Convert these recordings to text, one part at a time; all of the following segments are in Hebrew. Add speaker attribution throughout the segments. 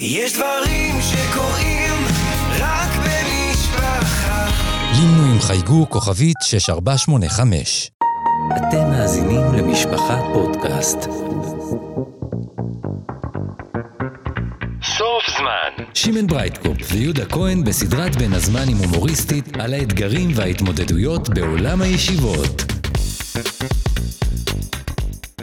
Speaker 1: יש דברים שקורים רק במשפחה.
Speaker 2: לינו עם חייגו כוכבית 6485.
Speaker 3: אתם מאזינים למשפחה פודקאסט.
Speaker 4: סוף זמן,
Speaker 2: שמן ברייטקופ ויהודה כהן בסדרת בין הזמנים הומוריסטית על האתגרים וההתמודדויות בעולם הישיבות.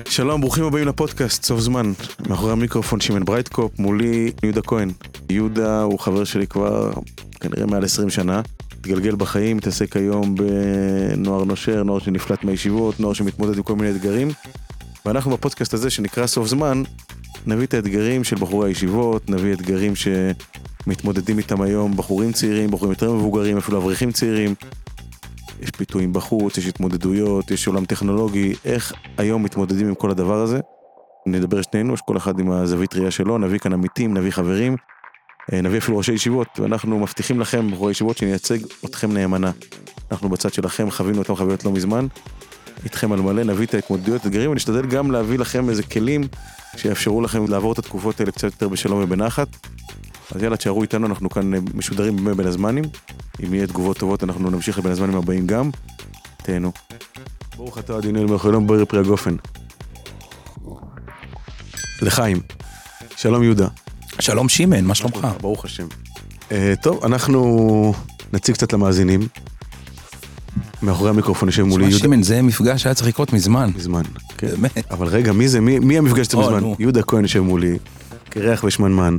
Speaker 5: שלום, ברוכים הבאים לפודקאסט, סוף זמן. מאחורי המיקרופון שמן ברייטקופ, מולי יהודה כהן. יהודה הוא חבר שלי כבר כנראה מעל 20 שנה. מתגלגל בחיים, מתעסק היום בנוער נושר, נוער שנפלט מהישיבות, נוער שמתמודד עם כל מיני אתגרים. ואנחנו בפודקאסט הזה שנקרא סוף זמן, נביא את האתגרים של בחורי הישיבות, נביא אתגרים שמתמודדים איתם היום בחורים צעירים, בחורים יותר מבוגרים, אפילו אברכים צעירים. יש פיתויים בחוץ, יש התמודדויות, יש עולם טכנולוגי, איך היום מתמודדים עם כל הדבר הזה. נדבר שנינו, שכל אחד עם הזווית ראייה שלו, נביא כאן עמיתים, נביא חברים, אה, נביא אפילו ראשי ישיבות, ואנחנו מבטיחים לכם, ראשי ישיבות, שנייצג אתכם נאמנה. אנחנו בצד שלכם, חווינו אותם חוויות לא מזמן, איתכם על מלא, נביא את ההתמודדויות, אתגרים, ונשתדל גם להביא לכם איזה כלים שיאפשרו לכם לעבור את התקופות האלה קצת יותר בשלום ובנחת. אז יאללה, תשארו איתנו, אנחנו כאן אה, משודרים בימי בין הזמנים. אם יהיה תגובות טובות, אנחנו נמשיך לבין הזמנים הבאים גם. תהנו. ברוך אתה אדוני אלוהים מלכולם בוער פרי הגופן. לחיים. שלום יהודה.
Speaker 6: שלום שמן, מה שלומך?
Speaker 5: ברוך השם. אה, טוב, אנחנו נציג קצת למאזינים. מאחורי המיקרופון יושב מולי
Speaker 6: שמע,
Speaker 5: יהודה.
Speaker 6: שמן, זה מפגש שהיה צריך לקרות מזמן.
Speaker 5: מזמן. כן.
Speaker 6: באמת.
Speaker 5: אבל רגע, מי זה? מי, מי המפגש הזה
Speaker 6: או,
Speaker 5: מזמן?
Speaker 6: נו.
Speaker 5: יהודה כהן יושב מולי, קרח ושמנמן.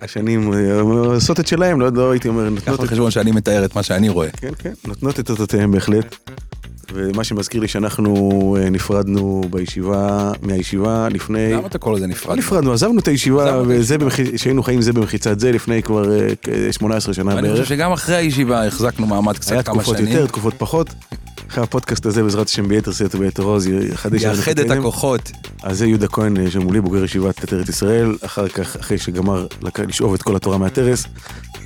Speaker 5: השנים אה, עושות את שלהם, לא, לא הייתי אומר,
Speaker 6: קח
Speaker 5: נותנות את
Speaker 6: בחשבון שאני מתאר את מה שאני רואה.
Speaker 5: כן, כן, נותנות את אותותיהן בהחלט. ומה שמזכיר לי שאנחנו אה, נפרדנו בישיבה, מהישיבה לפני...
Speaker 6: למה אתה קורא לזה
Speaker 5: לא
Speaker 6: נפרד?
Speaker 5: נפרדנו, עזבנו את הישיבה,
Speaker 6: עזבנו את
Speaker 5: וזה במח- שהיינו חיים זה במחיצת זה לפני כבר אה, כ- 18 שנה
Speaker 6: אני חושב
Speaker 5: בערך.
Speaker 6: שגם אחרי הישיבה החזקנו מעמד קצת
Speaker 5: היה
Speaker 6: כמה
Speaker 5: תקופות
Speaker 6: שנים.
Speaker 5: יותר, תקופות פחות. אחרי הפודקאסט הזה, בעזרת השם, ביתר שאת וביתר עוז, יחדש לנו
Speaker 6: יאחד את
Speaker 5: הקטעים.
Speaker 6: הכוחות.
Speaker 5: אז זה יהודה כהן שמולי, בוגר ישיבת עטרת ישראל, אחר כך, אחרי שגמר לק- לשאוב את כל התורה מהתרס,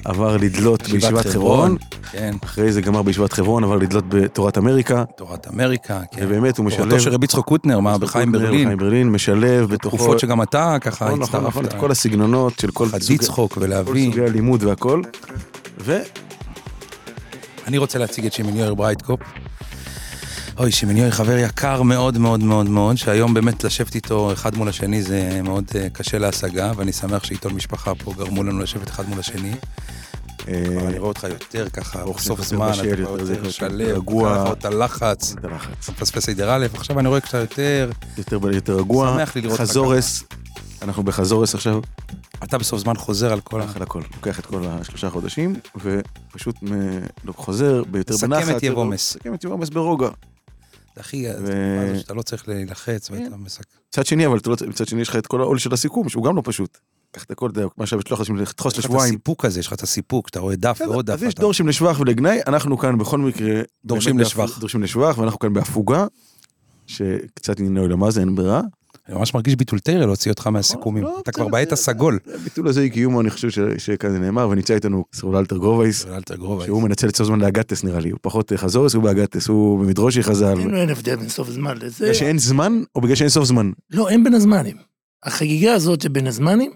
Speaker 5: עבר לדלות בישיבת חברון,
Speaker 6: כן,
Speaker 5: אחרי זה גמר בישיבת חברון, עבר לדלות בתורת אמריקה,
Speaker 6: תורת אמריקה. כן.
Speaker 5: ובאמת הוא משלב...
Speaker 6: תורתו של רבי יצחק קוטנר, מה, בחיים ברלין.
Speaker 5: בחיים ברלין, משלב בתוכו...
Speaker 6: תקופות שגם אתה ככה
Speaker 5: נכון, נכון, נכון, את
Speaker 6: הצטרפת.
Speaker 5: כל הסגנונות של כל
Speaker 6: חד
Speaker 5: סוגי-
Speaker 6: יצחוק
Speaker 5: כל
Speaker 6: ולהביא.
Speaker 5: סוגי הלימוד והכל. ו... אה,
Speaker 6: אני רוצה להציג את שמן יואר ברייטקופ. אוי, שמן יואר חבר יקר מאוד מאוד מאוד מאוד, שהיום באמת לשבת איתו אחד מול השני זה מאוד אה, קשה להשגה, ואני שמח שעיתון משפחה פה גרמו לנו לשבת אחד מול השני. אבל אני רואה אותך יותר ככה, בסוף
Speaker 5: כן. יותר
Speaker 6: זמן,
Speaker 5: בשל,
Speaker 6: אתה כבר
Speaker 5: יותר זה,
Speaker 6: יותר
Speaker 5: יותר
Speaker 6: שלב,
Speaker 5: רגוע.
Speaker 6: רגוע, את הלחץ,
Speaker 5: את הלחץ.
Speaker 6: מפספס סדר א', עכשיו אני רואה שאתה יותר,
Speaker 5: יותר ב- יותר רגוע.
Speaker 6: שמח לי לראות אותך
Speaker 5: חזורס, אנחנו בחזורס עכשיו.
Speaker 6: אתה בסוף זמן חוזר על כל ה...
Speaker 5: הולך על הכל, לוקח את כל השלושה חודשים, ופשוט מ- לא חוזר ביותר
Speaker 6: סכם
Speaker 5: בנחת.
Speaker 6: את יב עומס.
Speaker 5: סכם את יב עומס ברוגע.
Speaker 6: אחי,
Speaker 5: ו-
Speaker 6: התקופה הזאת שאתה לא צריך להילחץ, ואתה מסק...
Speaker 5: מצד שני, אבל אתה לא- מצד שני יש לך את כל העול של הסיכום, שהוא גם לא פשוט. קח את הכל, אתה יודע, מה שהמשלוח שלך תדחוס
Speaker 6: יש לך את
Speaker 5: לשבועיים.
Speaker 6: הסיפוק הזה, יש לך את הסיפוק, אתה רואה דף
Speaker 5: בסדר,
Speaker 6: ועוד דף.
Speaker 5: כן, אז יש
Speaker 6: אתה-
Speaker 5: דורשים לשבח ולגנאי, אנחנו כאן בכל מקרה...
Speaker 6: דורשים
Speaker 5: באמת
Speaker 6: לשבח.
Speaker 5: בהפוג- דורשים לשבח, ואנחנו כאן בהפוגה, שקצת נינוי למה זה, אין ברירה.
Speaker 6: אני ממש מרגיש ביטול תרא להוציא אותך מהסיכומים.
Speaker 5: לא,
Speaker 6: אתה
Speaker 5: בסדר,
Speaker 6: כבר בעת
Speaker 5: בסדר.
Speaker 6: הסגול.
Speaker 5: הביטול הזה היא קיומו, אני חושב ש- שכאן זה נאמר, ונמצא איתנו סרול אלתר גרובייס,
Speaker 6: אל תגרוב.
Speaker 5: שהוא מנצל את סוף זמן לאגטס נראה לי, הוא פחות אה, חזורס, הוא באגטס, הוא במדרושי חז"ל.
Speaker 7: אין, אין הבדל בין סוף זמן לזה.
Speaker 5: בגלל שאין זמן, או בגלל שאין סוף זמן?
Speaker 7: לא, אין בין הזמנים. החגיגה הזאת שבין הזמנים,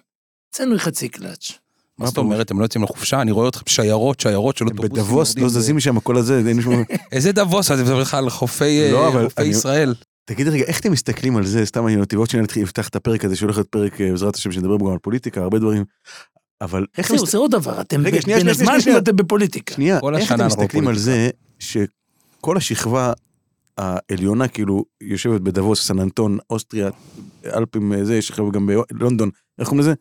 Speaker 7: אצלנו היא חצי קלאץ'.
Speaker 6: מה זאת אומרת, הם לא יוצאים לחופשה? אני רואה אותך שיירות, שיירות של אוטובוסים.
Speaker 5: בדבוס
Speaker 6: יורדים
Speaker 5: לא
Speaker 6: ב-
Speaker 5: זזים משם, הכל הזה, אין מישהו...
Speaker 6: איזה דבוס? אז אני מדבר לך על חופי אה,
Speaker 5: לא, אבל
Speaker 6: חופי
Speaker 5: אני-
Speaker 6: ישראל.
Speaker 7: אה,
Speaker 5: תגיד רגע, איך אתם מסתכלים על זה? סתם מעניין אותי, ועוד שניה נתחיל- נפתח את הפרק הזה, שהולך להיות פרק, אה, בעזרת השם, שנדבר בו גם על פוליטיקה, הרבה דברים. אבל איך...
Speaker 7: זהו,
Speaker 5: מסת-
Speaker 7: זה עוד דבר, אתם
Speaker 5: רגע,
Speaker 7: ב-
Speaker 5: שנייה, שנייה,
Speaker 7: בין
Speaker 5: שנייה.
Speaker 7: הזמנים ואתם בפוליטיקה.
Speaker 5: שנייה,
Speaker 6: כל
Speaker 5: איך
Speaker 6: השנה
Speaker 5: אתם
Speaker 6: אנחנו
Speaker 5: מסתכלים על זה שכל השכבה העליונה, כאילו, יושבת בדבוס, סן אנטון, אוסטריה, אלפים, אה, זה, יש עכשיו גם בלונדון, איך קוראים לזה?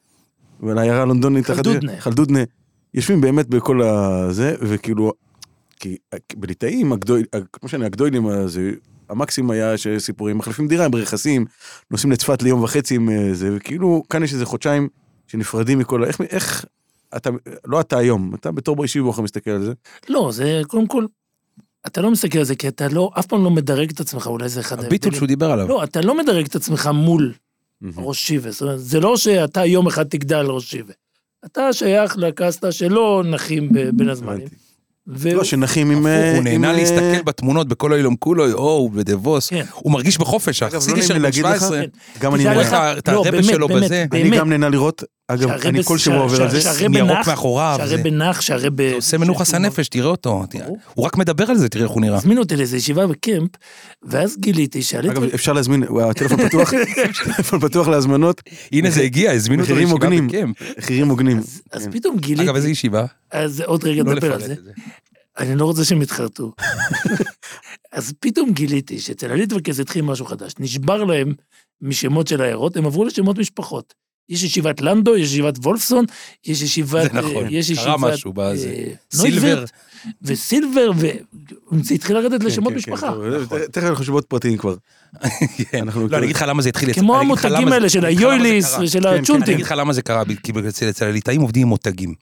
Speaker 5: ולעיירה הלונדונית. אחת-
Speaker 7: חלדודנה.
Speaker 5: חלדודנה. יושבים באמת בכל הזה, וכאילו, כי אה, בליטאים, הגדול, אה, כמו שאני, הגדולים, אז המקסימום היה שסיפורים, מחליפים דירה, הם ברכסים, נוסעים לצפת ליום וחצי עם אה, זה, וכאילו, כאן יש איזה חודשיים שנפרדים מכל ה... איך, איך אתה, לא אתה היום, אתה בתור אישי ברוך מסתכל על זה.
Speaker 7: לא, זה קודם כל, אתה לא מסתכל על זה כי אתה לא, אף פעם לא מדרג את עצמך, אולי זה אחד
Speaker 6: הביטול שהוא דיבר עליו.
Speaker 7: לא, אתה לא מדרג את עצמך מול
Speaker 5: Mm-hmm.
Speaker 7: ראש שיבה. זאת אומרת, זה לא שאתה יום אחד תגדל ראש שיבה. אתה שייך לקסטה שלא נחים ב- בין הזמנים.
Speaker 5: הבנתי.
Speaker 7: ו-
Speaker 5: לא, שנחים עם...
Speaker 6: הפוך,
Speaker 5: אה,
Speaker 6: הוא נהנה
Speaker 5: עם, אה,
Speaker 6: להסתכל בתמונות בכל היום כולו, או, הוא בדבוס.
Speaker 7: כן.
Speaker 6: הוא מרגיש בחופש,
Speaker 5: אגב, לא
Speaker 6: החסידי
Speaker 5: נעים
Speaker 6: של
Speaker 5: לי
Speaker 6: בן
Speaker 5: להגיד לך,
Speaker 6: 17.
Speaker 7: כן.
Speaker 5: גם אני
Speaker 7: תדע
Speaker 6: רואה
Speaker 7: לך-
Speaker 6: את ה- את
Speaker 7: לא,
Speaker 6: הרבל
Speaker 7: באמת,
Speaker 6: שלו
Speaker 7: באמת,
Speaker 6: בזה.
Speaker 5: אני
Speaker 7: באמת.
Speaker 5: גם נהנה לראות אגב,
Speaker 7: שהרבה
Speaker 5: אני כל
Speaker 7: ש-
Speaker 5: שבוע עובר על
Speaker 7: ש-
Speaker 5: זה.
Speaker 7: שהרבה
Speaker 6: ניירות
Speaker 7: בנח-
Speaker 6: מאחוריו. זה-
Speaker 7: כן, שהרי בנח, שהרי ב...
Speaker 6: זה עושה מנוחס הנפש, תראה אותו. תראה,
Speaker 7: ברור.
Speaker 6: הוא רק מדבר על זה, תראה איך הוא נראה.
Speaker 7: הזמינו אותי לאיזו ישיבה בקמפ, ואז גיליתי שעליתי...
Speaker 5: אגב, אפשר להזמין, הטלפון פתוח, הטלפון פתוח להזמנות,
Speaker 6: הנה זה הגיע, הזמינו אותו
Speaker 5: מחירים
Speaker 6: לישיבה
Speaker 5: הוגנים.
Speaker 6: בקמפ.
Speaker 5: מחירים הוגנים.
Speaker 7: אז פתאום גיליתי...
Speaker 6: כן. אגב, איזה ישיבה?
Speaker 7: אז עוד רגע
Speaker 6: לא
Speaker 7: נדבר על
Speaker 6: לפרט
Speaker 7: זה.
Speaker 6: את זה.
Speaker 7: אני לא רוצה שהם יתחרטו. אז פתאום גיליתי שאצל הליטווקס התחיל משהו חדש. נשבר להם משמות של עיירות, הם עברו לשמות משפחות. יש ישיבת לנדו, יש ישיבת וולפסון, יש ישיבת...
Speaker 6: זה נכון,
Speaker 7: אה, יש
Speaker 6: קרה
Speaker 7: ישיבת,
Speaker 6: משהו בזה.
Speaker 7: אה,
Speaker 6: סילבר.
Speaker 7: נויברט, וסילבר, וזה התחיל לרדת
Speaker 5: כן,
Speaker 7: לשמות
Speaker 5: כן,
Speaker 7: משפחה.
Speaker 5: כן, טוב, תכף אנחנו חושבים עוד פרטים כבר.
Speaker 6: כן.
Speaker 5: אנחנו כאילו
Speaker 6: לא, אני אגיד לך למה זה התחיל...
Speaker 7: כמו
Speaker 6: אני אגיד לך למה
Speaker 7: המותגים
Speaker 6: זה-
Speaker 7: האלה של
Speaker 6: אני אגיד לך למה זה
Speaker 7: היויליס
Speaker 6: קרה. כן,
Speaker 7: ושל
Speaker 6: אני
Speaker 7: הצ'ונטים.
Speaker 6: אגיד לך למה זה קרה, כי אצל אצל הליטאים עובדים עם מותגים.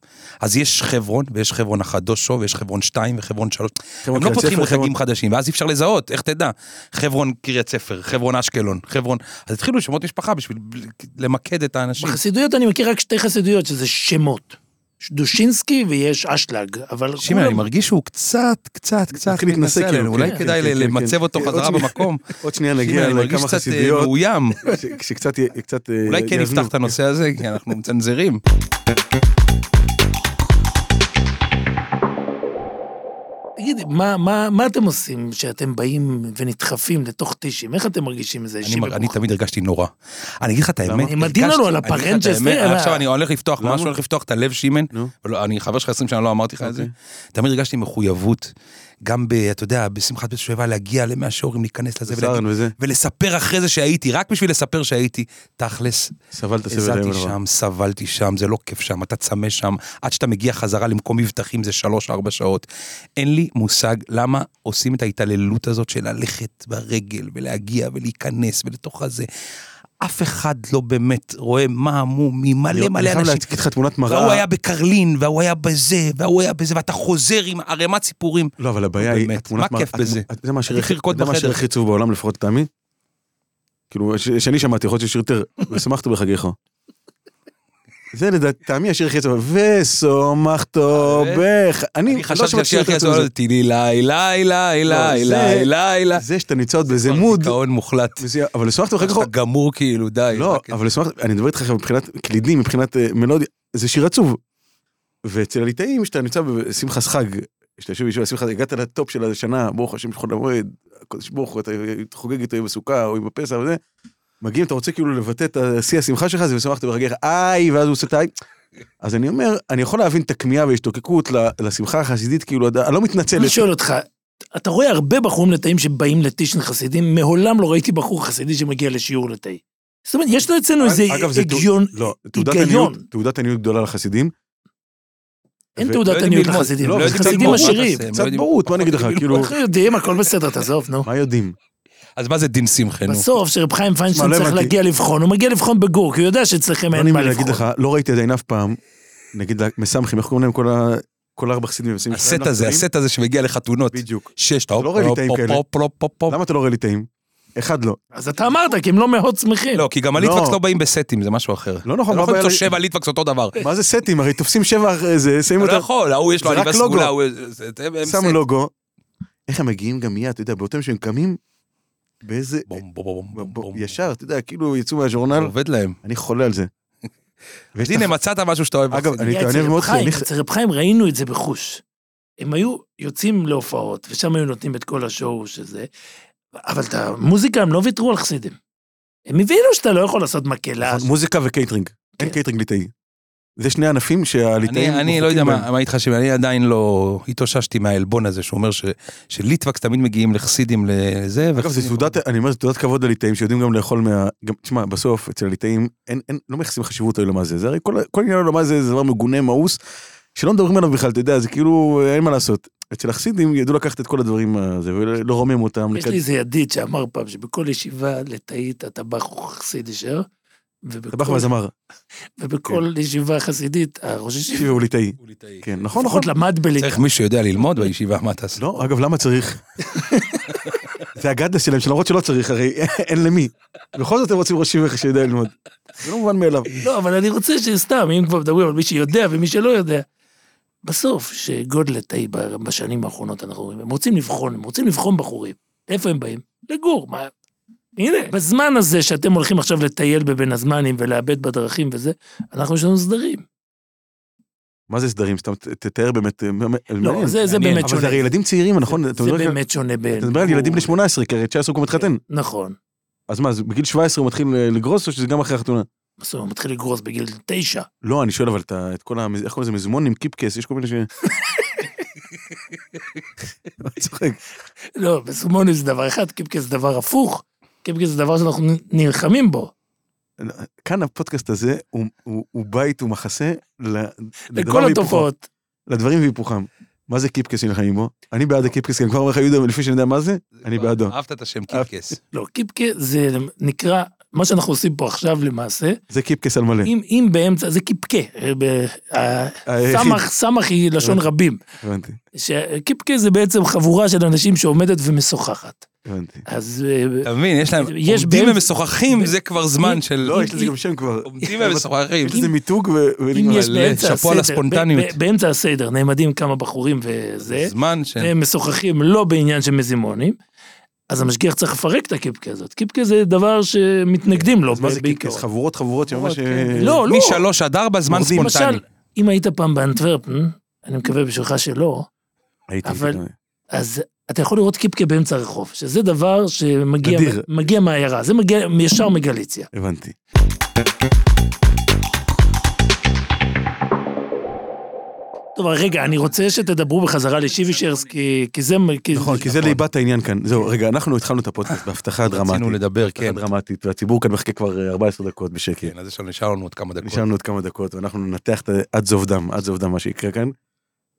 Speaker 6: אז יש חברון, ויש חברון החדושו, ויש חברון 2 וחברון 3.
Speaker 5: חברון
Speaker 6: הם לא
Speaker 5: קריית
Speaker 6: פותחים
Speaker 5: אוקיי, ספר,
Speaker 6: מותגים
Speaker 5: חברון-
Speaker 6: חדשים, ואז אי אפשר לזהות, איך תדע? חברון קריית ספר, חברון אשקלון, חברון... אז התחילו שמות משפחה בשביל למקד את האנשים.
Speaker 7: בחסידויות אני מכיר רק שתי חסידויות, שזה שמות. יש דושינסקי ויש אשלג, אבל...
Speaker 6: שמעון,
Speaker 7: כולם-
Speaker 6: אני מרגיש שהוא קצת, קצת, קצת
Speaker 5: מתחיל להתנשא,
Speaker 6: מתנשא
Speaker 5: כאילו,
Speaker 6: עלינו,
Speaker 5: כן,
Speaker 6: אולי
Speaker 5: כן,
Speaker 6: כדאי
Speaker 5: כן, כן,
Speaker 6: למצב
Speaker 5: כן.
Speaker 6: אותו
Speaker 5: עוד
Speaker 6: חזרה
Speaker 5: שנייה-
Speaker 6: במקום.
Speaker 5: עוד שנייה
Speaker 6: שמעון,
Speaker 5: נגיע
Speaker 6: אני מרגיש
Speaker 5: לכמה
Speaker 6: קצת אה,
Speaker 5: חסידויות,
Speaker 6: מאוים.
Speaker 5: ש- שקצת י- קצת, אה,
Speaker 6: אולי כן
Speaker 5: יאזנו.
Speaker 6: נפתח את הנושא הזה, כי אנחנו מצנזרים.
Speaker 7: תגידי, מה, מה, מה אתם עושים כשאתם באים ונדחפים לתוך טישים? איך אתם מרגישים מזה?
Speaker 6: אני, מר... אני תמיד הרגשתי נורא. אני אגיד לך את האמת,
Speaker 5: למה?
Speaker 6: הרגשתי-
Speaker 7: מדהים לנו על
Speaker 6: אני אגיד לך את
Speaker 7: הפרנג'ס, אה,
Speaker 6: האמת,
Speaker 7: תראה,
Speaker 6: אני
Speaker 7: מה-
Speaker 6: עכשיו אני הולך לפתוח
Speaker 5: למה?
Speaker 6: משהו, הולך לפתוח את הלב שמן,
Speaker 5: נו. אוקיי.
Speaker 6: ולא, אני חבר שלך 20 שנה, לא אמרתי לך את זה. תמיד הרגשתי מחויבות, גם ב... אתה יודע, בשמחת בית שואבה, להגיע למאה שיעורים, להיכנס לזה,
Speaker 5: בצהרן
Speaker 6: ולהגיד-
Speaker 5: וזה.
Speaker 6: ולספר אחרי זה שהייתי, רק בשביל לספר שהייתי, תכלס,
Speaker 5: סבלת סבל
Speaker 6: הזעתי
Speaker 5: להם נורא.
Speaker 6: שם, סבלתי שם, זה לא כיף שם, אתה צמא שם, עד שאתה מגיע חזרה למקום מבטחים זה שלוש-ארבע שעות. אין לי מושג למה עושים את ההתעללות הזאת של ללכת ברגל ולהגיע ולהיכנס ולתוך הזה. אף אחד לא באמת רואה מה המומי, מלא מלא
Speaker 5: אני חייב
Speaker 6: אנשים.
Speaker 5: להציג לך תמונת מראה.
Speaker 6: והוא היה בקרלין, וההוא היה בזה, וההוא היה בזה, ואתה חוזר עם ערימת סיפורים.
Speaker 5: לא, אבל הבעיה היא,
Speaker 6: באמת,
Speaker 5: התמונת
Speaker 6: מה
Speaker 5: מראה-
Speaker 6: כיף בזה?
Speaker 5: את- זה מה שהכי-
Speaker 6: עדיף לרקוד
Speaker 5: זה מה
Speaker 6: בחדר.
Speaker 5: שהכי עצוב בעולם, לפחות לטעמי. כאילו, ש- שאני שמעתי, יכול להיות שיש יותר, ושמחת בחגיך. זה לדעתי השיר הכי עצוב, ושמחתו בך. אני
Speaker 6: אה, אני
Speaker 5: לא
Speaker 6: חשבתי
Speaker 5: שמעתי
Speaker 6: שהשיר
Speaker 5: שיר
Speaker 6: הכי
Speaker 5: יותר
Speaker 6: עצוב
Speaker 5: עצוב
Speaker 6: זה לא,
Speaker 5: מזה.
Speaker 6: תהיי ליי, ליי, ליי, ליי,
Speaker 5: זה-
Speaker 6: ליי, ליי, ליי.
Speaker 5: זה שאתה נמצא עוד באיזה מוד,
Speaker 6: גאון מוחלט.
Speaker 5: מסוים, אבל לשמחתו בחגיך,
Speaker 6: אתה גמור כאילו, די.
Speaker 5: לא,
Speaker 6: רק את
Speaker 5: אבל לשמחת, אני מדבר איתך עכשיו מבחינת קלידים, מבחינת אה, מלודיה, זה שיר עצוב. ואצל הליטאים, כשאתה נמצא בשמחת חג, כשאתה יושב בישיבה בשמחת, הגעת לטופ של השנה, ברוך השם שחול המועד, הקודש ברוך הוא, אתה חוגג איתו עם הסוכה או עם הפסח וזה, מגיעים, אתה רוצה כאילו לבטא את שיא השמחה שלך, זה ושמחת ברגעיך, איי, ואז הוא עושה את האיי. אז אני אומר, אני יכול להבין את הכמיהה וההשתוקקות ל- לשמחה החסידית, כאילו, אתה- אני לא מתנצל.
Speaker 7: אני שואל אותך, אתה רואה הרבה בחורים לטאים שבאים לטישן חסידים, מעולם לא ראיתי בחור חסידי שמגיע לשיעור לטאי. זאת אומרת, יש אצלנו איזה
Speaker 5: אגב, זה תעוד-
Speaker 7: הגיון,
Speaker 5: לא, תעודת
Speaker 7: היגיון.
Speaker 5: עניות- תעודת עניות גדולה לחסידים.
Speaker 7: אין
Speaker 5: ו-
Speaker 6: לא
Speaker 7: תעודת
Speaker 6: יודעים
Speaker 7: עניות
Speaker 6: ללמוד,
Speaker 7: לחסידים,
Speaker 5: לא,
Speaker 7: אבל
Speaker 5: זה קצת
Speaker 7: חסידים
Speaker 5: בורות,
Speaker 7: עשירים.
Speaker 6: אתה הם
Speaker 5: קצת
Speaker 6: יודעים-
Speaker 5: בורות, מה אני אגיד לך,
Speaker 6: יודעים
Speaker 5: כאילו,
Speaker 7: אנחנו יודעים, הכל בסדר, תעזוב, נו.
Speaker 5: מה יודעים?
Speaker 6: אז מה זה דין שמחנו?
Speaker 7: בסוף, שרב חיים
Speaker 5: שמע,
Speaker 7: פיינשטיין
Speaker 5: לא
Speaker 7: צריך
Speaker 5: הבנתי.
Speaker 7: להגיע לבחון, הוא מגיע לבחון בגור, כי הוא יודע שאצלכם אין
Speaker 5: אני
Speaker 7: מה
Speaker 5: אגיד לך,
Speaker 7: לבחון.
Speaker 5: לא ראיתי עדיין אף פעם, נגיד מסמכים, איך קוראים להם כל ה- כל ארבע חסידים? מסמכים שלהם,
Speaker 6: הסט הזה,
Speaker 5: אנחנו
Speaker 6: הסט הזה שמגיע לחתונות.
Speaker 5: יודעים? בדיוק.
Speaker 6: שש, אתה
Speaker 5: לא רואה ליטאים כאלה. למה אתה לא רואה ליטאים? אחד לא.
Speaker 7: אז אתה אמרת, כי הם לא מאוד שמחים.
Speaker 6: לא, כי גם הליטווקס לא באים בסטים, זה משהו אחר.
Speaker 5: לא נכון,
Speaker 6: אתה
Speaker 5: מה
Speaker 6: לא יכול
Speaker 5: הבעיה
Speaker 6: למצוא
Speaker 5: ל-
Speaker 6: שבע ליטווקס אותו דבר. אתה
Speaker 5: מה זה סטים? הרי תופסים שבע אחרי זה, שמים
Speaker 6: לא
Speaker 5: אותם,
Speaker 6: יכול, ההוא יש לו
Speaker 5: זה
Speaker 6: עניבה
Speaker 5: רק לוגו.
Speaker 6: סגולה, הוא... זה- זה- הם סט.
Speaker 5: שמו לוגו. איך הם מגיעים גם מיד, אתה יודע, באותו יום שהם קמים, באיזה...
Speaker 6: בום, בום, בום, בום, בום.
Speaker 5: ישר, אתה יודע, כאילו יצאו
Speaker 6: זה
Speaker 5: מהז'ורנל,
Speaker 6: עובד להם.
Speaker 5: אני חולה על זה. ויש
Speaker 6: אז הנה,
Speaker 5: לך-
Speaker 6: מצאת משהו שאתה אוהב.
Speaker 5: אגב,
Speaker 6: בחסידים.
Speaker 5: אני
Speaker 7: היה
Speaker 5: מתענב
Speaker 7: אצל
Speaker 5: מאוד,
Speaker 7: רב חיים,
Speaker 5: כי אני-
Speaker 7: אצל רב חיים ראינו את זה בחוש. הם היו יוצאים להופעות, ושם היו נותנים את כל השואו שזה, אבל את המוזיקה הם לא ויתרו על חסידים. הם הבינו שאתה לא יכול לעשות מקהלה.
Speaker 5: נכון, מוזיקה וקייטרינג. אין
Speaker 7: כן.
Speaker 5: קייטרינג ליטאי. זה שני ענפים
Speaker 6: אני,
Speaker 5: שהליטאים...
Speaker 6: אני לא
Speaker 5: מוחזקים
Speaker 6: יודע
Speaker 5: בהם.
Speaker 6: מה, מה איתך שלי, אני עדיין לא התאוששתי מהעלבון הזה שהוא אומר ש, שליטווקס תמיד מגיעים לחסידים לזה.
Speaker 5: אגב, זו
Speaker 6: וחסידים-
Speaker 5: תעודת, אני אומר, זו תעודת כבוד לליטאים שיודעים גם לאכול מה... גם, תשמע, בסוף, אצל הליטאים, אין, אין, לא מייחסים חשיבות למה זה. זה הרי כל, כל עניין למה זה, זה דבר מגונה, מאוס, שלא מדברים עליו בכלל, אתה יודע, זה כאילו, אין מה לעשות. אצל החסידים ידעו לקחת את כל הדברים הזה, ולרומם אותם.
Speaker 7: יש לי איזה ידיד שאמר פעם שבכל ישיבה לתאית הטבח הוא חסיד יישאר,
Speaker 5: טבח
Speaker 7: ובכל,
Speaker 5: והזמר, כן.
Speaker 7: ובכל ישיבה חסידית, הראש ישיבה,
Speaker 5: והוא ליטאי.
Speaker 6: הוא ליטאי.
Speaker 5: כן, נכון, נכון.
Speaker 7: לפחות למד בליטאי.
Speaker 6: צריך מישהו יודע ללמוד בישיבה, מה תעשה?
Speaker 5: לא, אגב, למה צריך? זה הגדלס שלהם, שלמרות שלא צריך, הרי אין למי. בכל זאת הם רוצים ראש עיוור שיודע ללמוד. זה לא מובן מאליו.
Speaker 7: לא, אבל אני רוצה שסתם, אם כבר מדברים על מי שיודע ומי שלא יודע, בסוף, שגודלטי בשנים האחרונות, אנחנו רואים, הם רוצים לבחון, הם רוצים לבחון בחורים. איפה הם באים? לגור, מה... הנה, בזמן הזה שאתם הולכים עכשיו לטייל בבין הזמנים ולאבד בדרכים וזה, אנחנו יש לנו סדרים.
Speaker 5: מה זה סדרים? סתם ת- תתאר באמת. אה,
Speaker 7: לא,
Speaker 5: מעניין.
Speaker 7: זה זה
Speaker 6: מעניין,
Speaker 7: באמת
Speaker 5: אבל
Speaker 7: שונה.
Speaker 5: זה הרי ילדים צעירים, נכון? אתה
Speaker 7: זה
Speaker 5: מדבר כאן-
Speaker 7: באמת שונה בין...
Speaker 5: אתה מדבר על ילדים בני 18, כי הרי 19 הוא כבר מתחתן.
Speaker 7: נכון.
Speaker 5: אז מה, אז בגיל 17 הוא מתחיל אה, לגרוס, או שזה גם אחרי החתונה?
Speaker 7: בסוף הוא מתחיל לגרוס בגיל תשע.
Speaker 5: לא, אני שואל, אבל אתה- את כל ה... איך קוראים לזה? מזמונים, קיפקס, יש כל מיני ש... אני צוחק.
Speaker 7: לא, בסומונים זה דבר אחד, קיפקס זה דבר הפוך. קיפקס זה דבר שאנחנו נלחמים בו.
Speaker 5: כאן הפודקאסט הזה הוא- הוא הוא בית, הוא מחסה ל- לדבר
Speaker 7: לכל
Speaker 5: והיפוכו.
Speaker 7: התופעות.
Speaker 5: לדברים והיפוכם. מה זה קיפקס שנלחמים בו? אני בעד הקיפקס, כי אני כבר אומר לך, יהודה, לפני שאני יודע מה זה, אני
Speaker 6: כבר-
Speaker 5: בעדו.
Speaker 6: אהבת את השם קיפקס.
Speaker 7: לא, קיפקס זה נקרא, מה שאנחנו עושים פה עכשיו למעשה,
Speaker 5: זה קיפקס על מלא.
Speaker 7: אם, אם באמצע, זה קיפקה. אה, ב- ה-
Speaker 5: היחיד.
Speaker 7: סמך, סמך היא לשון
Speaker 6: אה.
Speaker 7: רבים.
Speaker 5: הבנתי,
Speaker 7: שקיפקה זה בעצם חבורה של אנשים שעומדת ומשוחחת.
Speaker 5: הבנתי.
Speaker 7: אז אה,
Speaker 6: אתה מבין, יש להם,
Speaker 7: יש
Speaker 6: עומדים
Speaker 7: באמצע-
Speaker 6: ומשוחחים, זה כבר זמן של...
Speaker 5: לא, יש לזה גם שם כבר.
Speaker 6: עומדים ומשוחחים.
Speaker 5: יש לזה מיתוג ו...
Speaker 7: אם
Speaker 5: ונגמר.
Speaker 7: יש
Speaker 6: מלא,
Speaker 7: באמצע
Speaker 6: שאפו על
Speaker 7: הסדר, ב-
Speaker 6: הספונטניות.
Speaker 7: ב- באמצע הסדר נעמדים כמה בחורים
Speaker 5: אה?
Speaker 7: וזה,
Speaker 6: זמן של...
Speaker 7: הם משוחחים לא בעניין של מזימונים, אז המשגיח צריך לפרק את הקיפקה הזאת. קיפקה זה דבר שמתנגדים לו
Speaker 5: אז לא, מה זה
Speaker 7: בעיקרון.
Speaker 5: קיפקס? חבורות חבורות שממש... אה,
Speaker 7: לא, לא.
Speaker 6: משלוש עד ארבע זמן
Speaker 7: למשל,
Speaker 6: ספונטני.
Speaker 7: אם היית פעם באנטוורפן, אני מקווה בשבילך שלא,
Speaker 5: הייתי... כן,
Speaker 7: אבל- אז אתה יכול לראות קיפקה באמצע הרחוב, שזה דבר שמגיע
Speaker 5: נדיר.
Speaker 7: מגיע מהעיירה, זה מגיע ישר מגליציה.
Speaker 5: הבנתי.
Speaker 7: טוב, אבל רגע, אני רוצה שתדברו בחזרה לשיבישרס, כי, כי זה... כי,
Speaker 5: נכון, כן. אה, כי זה ליבת העניין כאן. זהו, רגע, אנחנו התחלנו את הפודקאסט בהבטחה דרמטית.
Speaker 6: רצינו לדבר,
Speaker 5: הבטחה
Speaker 6: כן.
Speaker 5: דרמטית, והציבור כאן מחכה כבר אה, 14 דקות בשקט.
Speaker 6: כן, אז יש לנו, נשאר לנו עוד כמה דקות.
Speaker 5: נשארנו עוד כמה דקות, ואנחנו ננתח את ה- עד זוב דם, עד זוב דם מה שיקרה כאן.